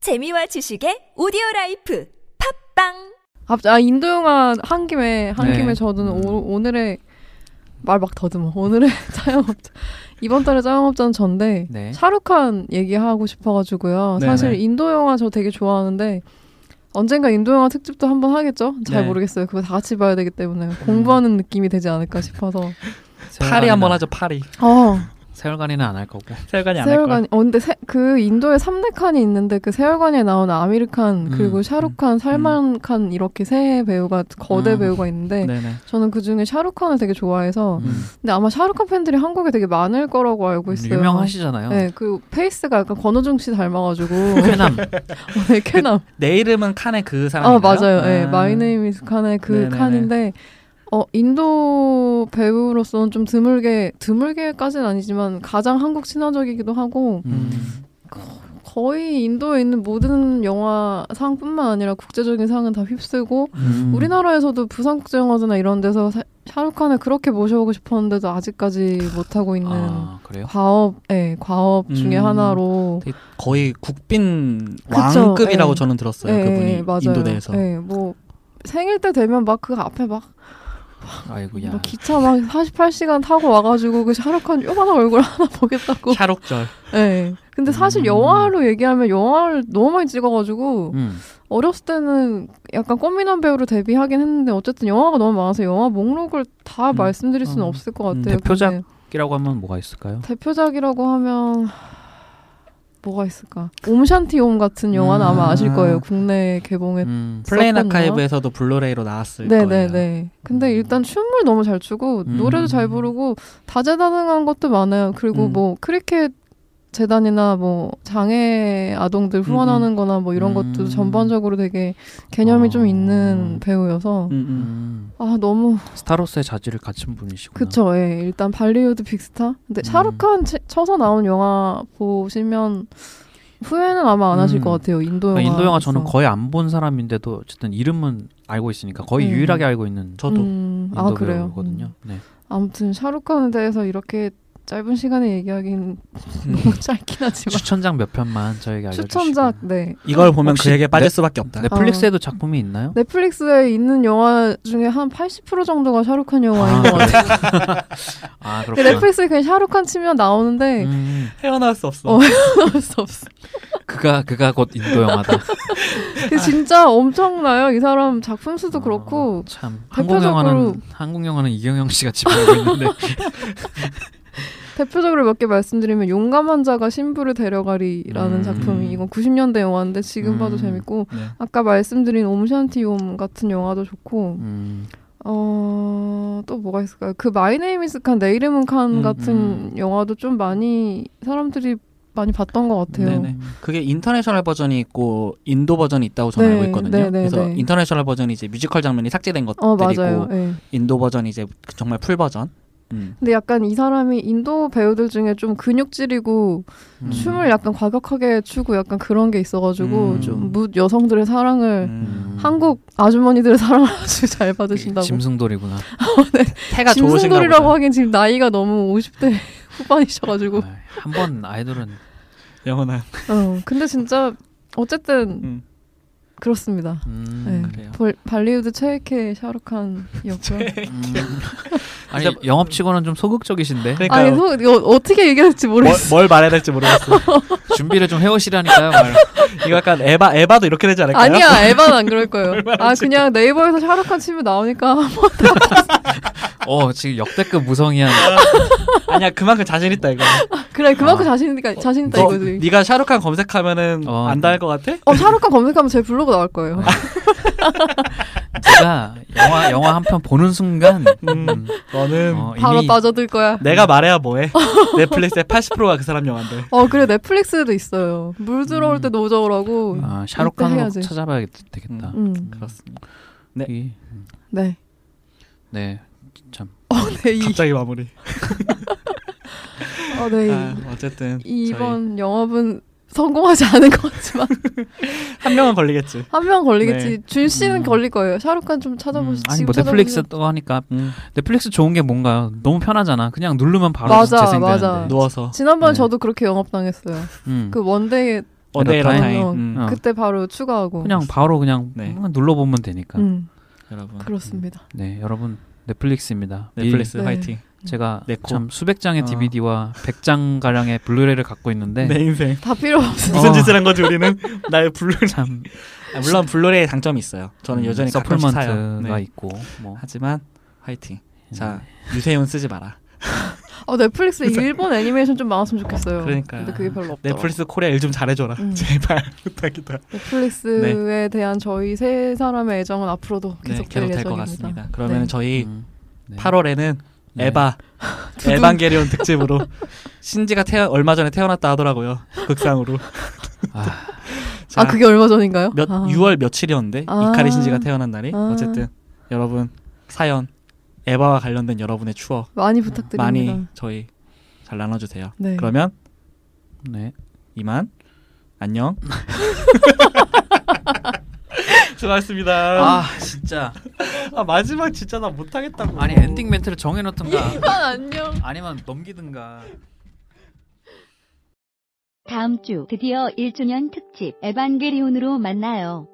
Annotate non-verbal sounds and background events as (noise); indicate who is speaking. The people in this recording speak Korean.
Speaker 1: 재미와 지식의 오디오 라이프 팝빵
Speaker 2: 갑자- 아 인도 영화 한 김에 한
Speaker 3: 네.
Speaker 2: 김에 저는 오, 오늘의 말 막 더듬어 오늘의 (laughs) 짜영업자 이번 달에 짜영업자는 전데
Speaker 3: 네.
Speaker 2: 샤루칸 얘기하고 싶어가지고요
Speaker 3: 네,
Speaker 2: 사실
Speaker 3: 네.
Speaker 2: 인도 영화 저 되게 좋아하는데 언젠가 인도 영화 특집도 한번 하겠죠 잘
Speaker 3: 네. 음.
Speaker 2: 모르겠어요 그거 다 같이 봐야 되기 때문에 공부하는 느낌이 되지 않을까
Speaker 3: (laughs)
Speaker 2: 싶어서
Speaker 3: 파리 한번 하죠 파리.
Speaker 2: 어
Speaker 4: 세월간이는 안 할 거고.
Speaker 3: 세월간이 네, 안 할 거야.
Speaker 2: 세월관 어 근데 세, 그 인도에 삼대 칸이 있는데 그 세월관에 나오는 아미르 칸 그리고
Speaker 4: 음,
Speaker 2: 샤루칸 살만 칸 이렇게 세 배우가 거대
Speaker 4: 음.
Speaker 2: 배우가 있는데
Speaker 3: 네네.
Speaker 2: 저는 그 중에 샤루칸을 되게 좋아해서
Speaker 4: 음.
Speaker 2: 근데 아마 샤루칸 팬들이 한국에 되게 많을 거라고 알고 있어요.
Speaker 4: 유명하시잖아요.
Speaker 2: 네, 그 페이스가 약간 권호중 씨 닮아가지고
Speaker 4: 쾌남.
Speaker 2: (laughs) 네, 캐남.
Speaker 3: 내 이름은 칸의 그 사람인가요?
Speaker 2: 아 맞아요. 네, 마이네임 이즈 칸의 그
Speaker 3: 네네네.
Speaker 2: 칸인데 어 인도 배우로서는 좀 드물게 드물게까지는 아니지만 가장 한국 친화적이기도 하고
Speaker 4: 음.
Speaker 2: 거의 인도에 있는 모든 영화 상뿐만 아니라 국제적인 상은 다 휩쓰고
Speaker 3: 음.
Speaker 2: 우리나라에서도 부산국제영화제나 이런 데서 사- 샤루칸을 그렇게 모셔오고 싶었는데도 아직까지 못하고 있는
Speaker 4: 아 그래요?
Speaker 2: 과업, 예, 과업 중에
Speaker 3: 음.
Speaker 2: 하나로.
Speaker 3: 되게 거의 국빈
Speaker 2: 그쵸,
Speaker 3: 왕급이라고
Speaker 2: 예.
Speaker 3: 저는 들었어요.
Speaker 2: 예, 예,
Speaker 3: 그분이
Speaker 2: 맞아요.
Speaker 3: 인도 내에서.
Speaker 2: 예, 뭐 생일 때 되면 막 그 앞에 막,
Speaker 4: 아이고야.
Speaker 2: 막 기차 막 48시간 타고 와가지고 그 샤루칸 요만한 얼굴 하나 (laughs) 보겠다고.
Speaker 3: 샤록절.
Speaker 2: 예. 근데 사실
Speaker 4: 음.
Speaker 2: 영화로 얘기하면 영화를 너무 많이 찍어가지고
Speaker 4: 음.
Speaker 2: 어렸을 때는 약간 꽃미남 배우로 데뷔하긴 했는데 어쨌든 영화가 너무 많아서 영화 목록을 다
Speaker 3: 음.
Speaker 2: 말씀드릴 수는
Speaker 3: 음.
Speaker 2: 없을 것 같아요.
Speaker 3: 음, 대표작?
Speaker 2: 근데
Speaker 4: 이라고 하면 뭐가 있을까요?
Speaker 2: 대표작이라고 하면 뭐가 있을까? 옴샨티옴 같은 영화는
Speaker 3: 음.
Speaker 2: 아마 아실 거예요. 국내 개봉했
Speaker 4: 음.
Speaker 3: 플레인
Speaker 2: 썼군요.
Speaker 3: 아카이브에서도 블루레이로 나왔을 거예요.
Speaker 2: 네네네. 근데 일단 춤을 너무 잘 추고
Speaker 3: 음.
Speaker 2: 노래도 잘 부르고 다재다능한 것도 많아요. 그리고
Speaker 3: 음.
Speaker 2: 뭐 크리켓 재단이나 뭐 장애
Speaker 3: 음,
Speaker 2: 아동들 후원하는 거나 뭐 이런 것도
Speaker 4: 음.
Speaker 2: 전반적으로 되게 개념이 좀
Speaker 4: 어.
Speaker 2: 있는 배우여서
Speaker 3: 음, 음.
Speaker 4: 음.
Speaker 2: 아 너무
Speaker 4: 스타로서의 자질을 갖춘 분이시구나.
Speaker 2: 그쵸 예 일단 발리우드 빅스타 근데
Speaker 4: 음.
Speaker 2: 샤루칸 치- 쳐서 나온 영화 보시면 후회는 아마 안 하실
Speaker 3: 음.
Speaker 2: 것 같아요 인도 영화
Speaker 4: 그러니까 인도 영화 저는 거의 안 본 사람인데도 어쨌든 이름은 알고 있으니까 거의
Speaker 2: 음.
Speaker 4: 유일하게 알고 있는
Speaker 3: 저도
Speaker 2: 음,
Speaker 4: 인도
Speaker 2: 아 그래요
Speaker 4: 배우거든요. 네.
Speaker 2: 아무튼 샤루칸에 대해서 이렇게 짧은 시간에 얘기하기는 너무 짧긴 하지만
Speaker 4: 추천작 몇 편만 저에게 음. 알려주시고.
Speaker 2: 추천작 네
Speaker 3: 이걸 보면
Speaker 4: 혹시
Speaker 3: 그에게 빠질
Speaker 4: 넷-
Speaker 3: 수밖에 없다.
Speaker 4: 넷플릭스에도 작품이 있나요?
Speaker 2: 넷플릭스에 있는 영화 중에 한 80% 정도가 샤루칸 영화인
Speaker 4: 아,
Speaker 2: 것 같아요
Speaker 4: 아 그렇구나.
Speaker 2: 네, 넷플릭스에 그냥 샤루칸 치면 나오는데
Speaker 4: 음.
Speaker 3: 헤어나올 수 없어.
Speaker 2: 어. 나올 수 없어
Speaker 4: 그가 그가 곧 인도 영화다.
Speaker 2: 그 진짜 엄청나요 이 사람 작품 수도
Speaker 4: 아,
Speaker 2: 그렇고
Speaker 4: 참
Speaker 2: 대표적으로-
Speaker 4: 한국 영화는 한국 영화는 이경영 씨가 지배하고
Speaker 2: (laughs)
Speaker 4: 있는데
Speaker 2: 대표적으로 몇 개 말씀드리면 용감한 자가 신부를 데려가리라는
Speaker 4: 음.
Speaker 2: 작품이 이건 90년대 영화인데 지금
Speaker 4: 음.
Speaker 2: 봐도 재밌고
Speaker 3: 네.
Speaker 2: 아까 말씀드린 옴샨티옴 같은 영화도 좋고
Speaker 4: 음,
Speaker 2: 어 또 뭐가 있을까요? 그 마이네이미스 칸 내 이름은 칸
Speaker 3: 음,
Speaker 2: 같은 영화도 좀 많이 사람들이 많이 봤던 것 같아요.
Speaker 3: 네네. 그게 인터내셔널 버전이 있고 인도 버전이 있다고 저는
Speaker 2: 네,
Speaker 3: 알고 있거든요.
Speaker 2: 네, 네,
Speaker 3: 그래서
Speaker 2: 네.
Speaker 3: 인터내셔널 버전이 이제 뮤지컬 장면이 삭제된 것들이고
Speaker 2: 어 맞아요. 예.
Speaker 3: 인도 버전이 이제 정말 풀 버전. 음.
Speaker 2: 근데 약간 이 사람이 인도 배우들 중에 좀 근육질이고
Speaker 4: 음.
Speaker 2: 춤을 약간 과격하게 추고 약간 그런 게 있어가지고
Speaker 3: 음.
Speaker 2: 좀 묻 여성들의 사랑을
Speaker 3: 음. 네,
Speaker 4: 음.
Speaker 2: 한국 아주머니들의 사랑을 아주 잘 받으신다고.
Speaker 4: 짐승돌이구나.
Speaker 3: 태가 좋으신가
Speaker 2: 짐승돌이라고
Speaker 3: 보다.
Speaker 2: 하긴 지금 나이가 너무 50대 (laughs) 후반이셔가지고.
Speaker 4: 아, 한 번 아이돌은
Speaker 3: 영원한.
Speaker 2: 어, 근데 진짜 어쨌든
Speaker 3: 음.
Speaker 2: 그렇습니다.
Speaker 4: 음,
Speaker 2: 네.
Speaker 3: 그래요.
Speaker 2: 벌- 발리우드 최애캐
Speaker 3: (laughs)
Speaker 2: 샤루칸이었고요. (laughs)
Speaker 4: 음. 아니 영업치고는 좀 소극적이신데
Speaker 3: 그러니까요.
Speaker 2: 아니 소, 이거 어떻게 얘기해야 될지
Speaker 3: 뭘,
Speaker 2: 모르겠어.
Speaker 3: 뭘 말해야
Speaker 2: (laughs)
Speaker 3: 될지 모르겠어.
Speaker 4: 준비를 좀 해오시라니까요. 말.
Speaker 3: 이거 약간 에바 에바도 이렇게 되지 않을까요?
Speaker 2: 아니야 에바는 안 그럴 거예요.
Speaker 3: 뭐 (laughs) 얼마나
Speaker 2: 아 그냥 네이버에서 샤루칸 치면 나오니까 (laughs) 뭐,
Speaker 4: 어 지금 역대급 무성이한
Speaker 3: 아니야 그만큼 자신 있다 이거.
Speaker 2: 그래 그만큼
Speaker 4: 아.
Speaker 2: 자신 있다 자신 있다
Speaker 3: 어, 너,
Speaker 2: 이거지.
Speaker 3: 네가 샤룩한 검색하면은
Speaker 4: 어.
Speaker 3: 안 닿을 것 같아?
Speaker 2: 어 샤루칸 검색하면 제 블로그 나올 거예요.
Speaker 3: 아,
Speaker 4: 제가 영화 영화 한 편 보는 순간
Speaker 3: 음.
Speaker 4: 음,
Speaker 3: 너는
Speaker 4: 어,
Speaker 2: 바로
Speaker 4: 이미
Speaker 2: 빠져들 거야.
Speaker 3: 내가 말해야 뭐해? 넷플릭스의 80%가 그 사람 영화인데.
Speaker 2: 어 그래 넷플릭스에도 있어요. 물
Speaker 3: 음.
Speaker 2: 들어올 때 노저라고.
Speaker 4: 아, 샤록한으로
Speaker 2: 네, 해야지.
Speaker 4: 찾아봐야 되겠다.
Speaker 2: 음.
Speaker 3: 그렇습니다. 네.
Speaker 4: 이-
Speaker 2: 네.
Speaker 4: 네.
Speaker 2: 어, (laughs) 네, 이,
Speaker 3: 갑자기 마무리.
Speaker 2: 어, 네. 이-
Speaker 3: 아, 어쨌든
Speaker 2: 이
Speaker 3: 저희
Speaker 2: 이번 영업은 성공하지 않은 것 같지만
Speaker 3: 한 명은 걸리겠지.
Speaker 2: 한 명 걸리겠지. 준 씨는
Speaker 4: 음.
Speaker 2: 걸릴 거예요. 샤룩한 좀 찾아보시.
Speaker 4: 음,
Speaker 2: 고
Speaker 4: 아니 뭐 넷플릭스 또 하니까
Speaker 3: 음.
Speaker 4: 넷플릭스 좋은 게 뭔가요? 너무 편하잖아. 그냥 누르면 바로
Speaker 2: 맞아,
Speaker 4: 재생되는데.
Speaker 2: 맞아.
Speaker 3: 누워서.
Speaker 2: 지난번 에
Speaker 4: 네.
Speaker 2: 저도 그렇게 영업 당했어요.
Speaker 4: 음.
Speaker 2: 그 원데이
Speaker 3: 어데라
Speaker 4: 에러타임.
Speaker 3: 타임.
Speaker 2: 어,
Speaker 3: 음.
Speaker 4: 어.
Speaker 2: 그때 바로 추가하고
Speaker 4: 그냥 바로 그냥
Speaker 3: 네.
Speaker 4: 눌러보면 되니까.
Speaker 2: 음,
Speaker 3: 여러분.
Speaker 2: 그렇습니다.
Speaker 4: 네, 여러분 넷플릭스입니다. 음.
Speaker 3: 음. 넷플릭스
Speaker 2: 네.
Speaker 3: 화이팅.
Speaker 4: 미- 제가
Speaker 3: 네코.
Speaker 4: 참 수백 장의
Speaker 3: 어.
Speaker 4: DVD와 100장 가량의 블루레이를 갖고 있는데
Speaker 3: 네. 내 인생.
Speaker 2: 다 필요 없어.
Speaker 3: 무슨
Speaker 4: 어.
Speaker 3: 짓을 한 거지 우리는? (laughs) 날 블루.
Speaker 4: 참
Speaker 3: 아, 물론 블루레이 장점이 있어요. 저는
Speaker 4: 음,
Speaker 3: 여전히 가끔씩 사요.
Speaker 4: 서플먼트가
Speaker 3: 네.
Speaker 4: 있고 뭐 예. 음.
Speaker 3: 하지만 화이팅. 자
Speaker 4: 네.
Speaker 3: 유세윤 쓰지
Speaker 4: (laughs)
Speaker 3: 마라.
Speaker 2: 어, 넷플릭스 일본 애니메이션 좀 많았으면 좋겠어요.
Speaker 3: 그러니까.
Speaker 2: 근데 그게 별로 없더라고. 넷플릭스.
Speaker 3: 넷플릭스 코리아 일 좀 잘해줘라.
Speaker 2: 음.
Speaker 3: 제발 (laughs) 부탁이다.
Speaker 2: 넷플릭스에 대한 저희 세 사람의 애정은 앞으로도
Speaker 3: 네,
Speaker 2: 계속될
Speaker 3: 계속 될것
Speaker 2: 예정입니다.
Speaker 3: 같습니다. 그러면
Speaker 2: 네.
Speaker 3: 저희
Speaker 4: 음, 네.
Speaker 3: 8월에는
Speaker 4: 네.
Speaker 2: (laughs)
Speaker 3: 에바
Speaker 2: 두둥. (laughs)
Speaker 3: 에반게리온 특집으로 신지가 태어, 얼마 전에 태어났다 하더라고요. 극상으로.
Speaker 4: (laughs) 아,
Speaker 3: 자,
Speaker 2: 아 그게 얼마 전인가요?
Speaker 3: 몇
Speaker 2: 아.
Speaker 3: 6월 며칠이었는데
Speaker 2: 아.
Speaker 3: 이카리 신지가 태어난 날이
Speaker 2: 아.
Speaker 3: 어쨌든 여러분 사연 에바와 관련된 여러분의 추억
Speaker 2: 많이 부탁드립니다.
Speaker 3: 많이 저희 잘 나눠주세요.
Speaker 2: 네.
Speaker 3: 그러면
Speaker 4: 네.
Speaker 3: 이만 안녕. (laughs) 수고하셨습니다. 아,
Speaker 4: 아 진짜
Speaker 3: 마지막 진짜 나 못하겠다고.
Speaker 4: 아니 엔딩 멘트를 정해놓던가
Speaker 2: 이만 아, 안녕.
Speaker 4: 아니면 넘기든가.
Speaker 5: 다음 주 드디어 1주년 특집 에반게리온으로 만나요.